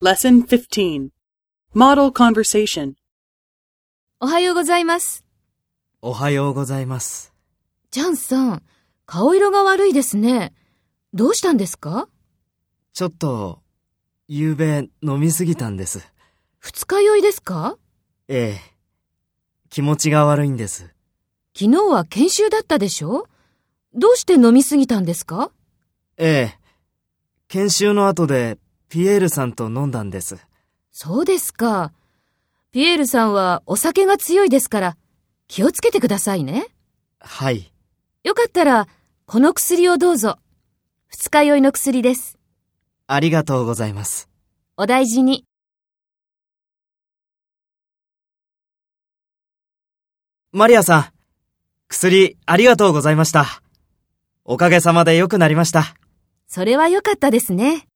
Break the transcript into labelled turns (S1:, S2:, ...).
S1: Lesson 15 Model Conversation
S2: おはようございます。
S3: おはようございます。
S2: ジャンさん、顔色が悪いですね。どうしたんですか
S3: ちょっと、夕べ飲みすぎたんです。
S2: 二日酔いですか
S3: ええ。気持ちが悪いんです。
S2: 昨日は研修だったでしょどうして飲みすぎたんですか
S3: ええ。研修の後で、ピエールさんと飲んだんです。
S2: そうですか。ピエールさんはお酒が強いですから、気をつけてくださいね。
S3: はい。
S2: よかったら、この薬をどうぞ。二日酔いの薬です。
S3: ありがとうございます。
S2: お大事に。
S3: マリアさん、薬ありがとうございました。おかげさまで良くなりました。
S2: それは良かったですね。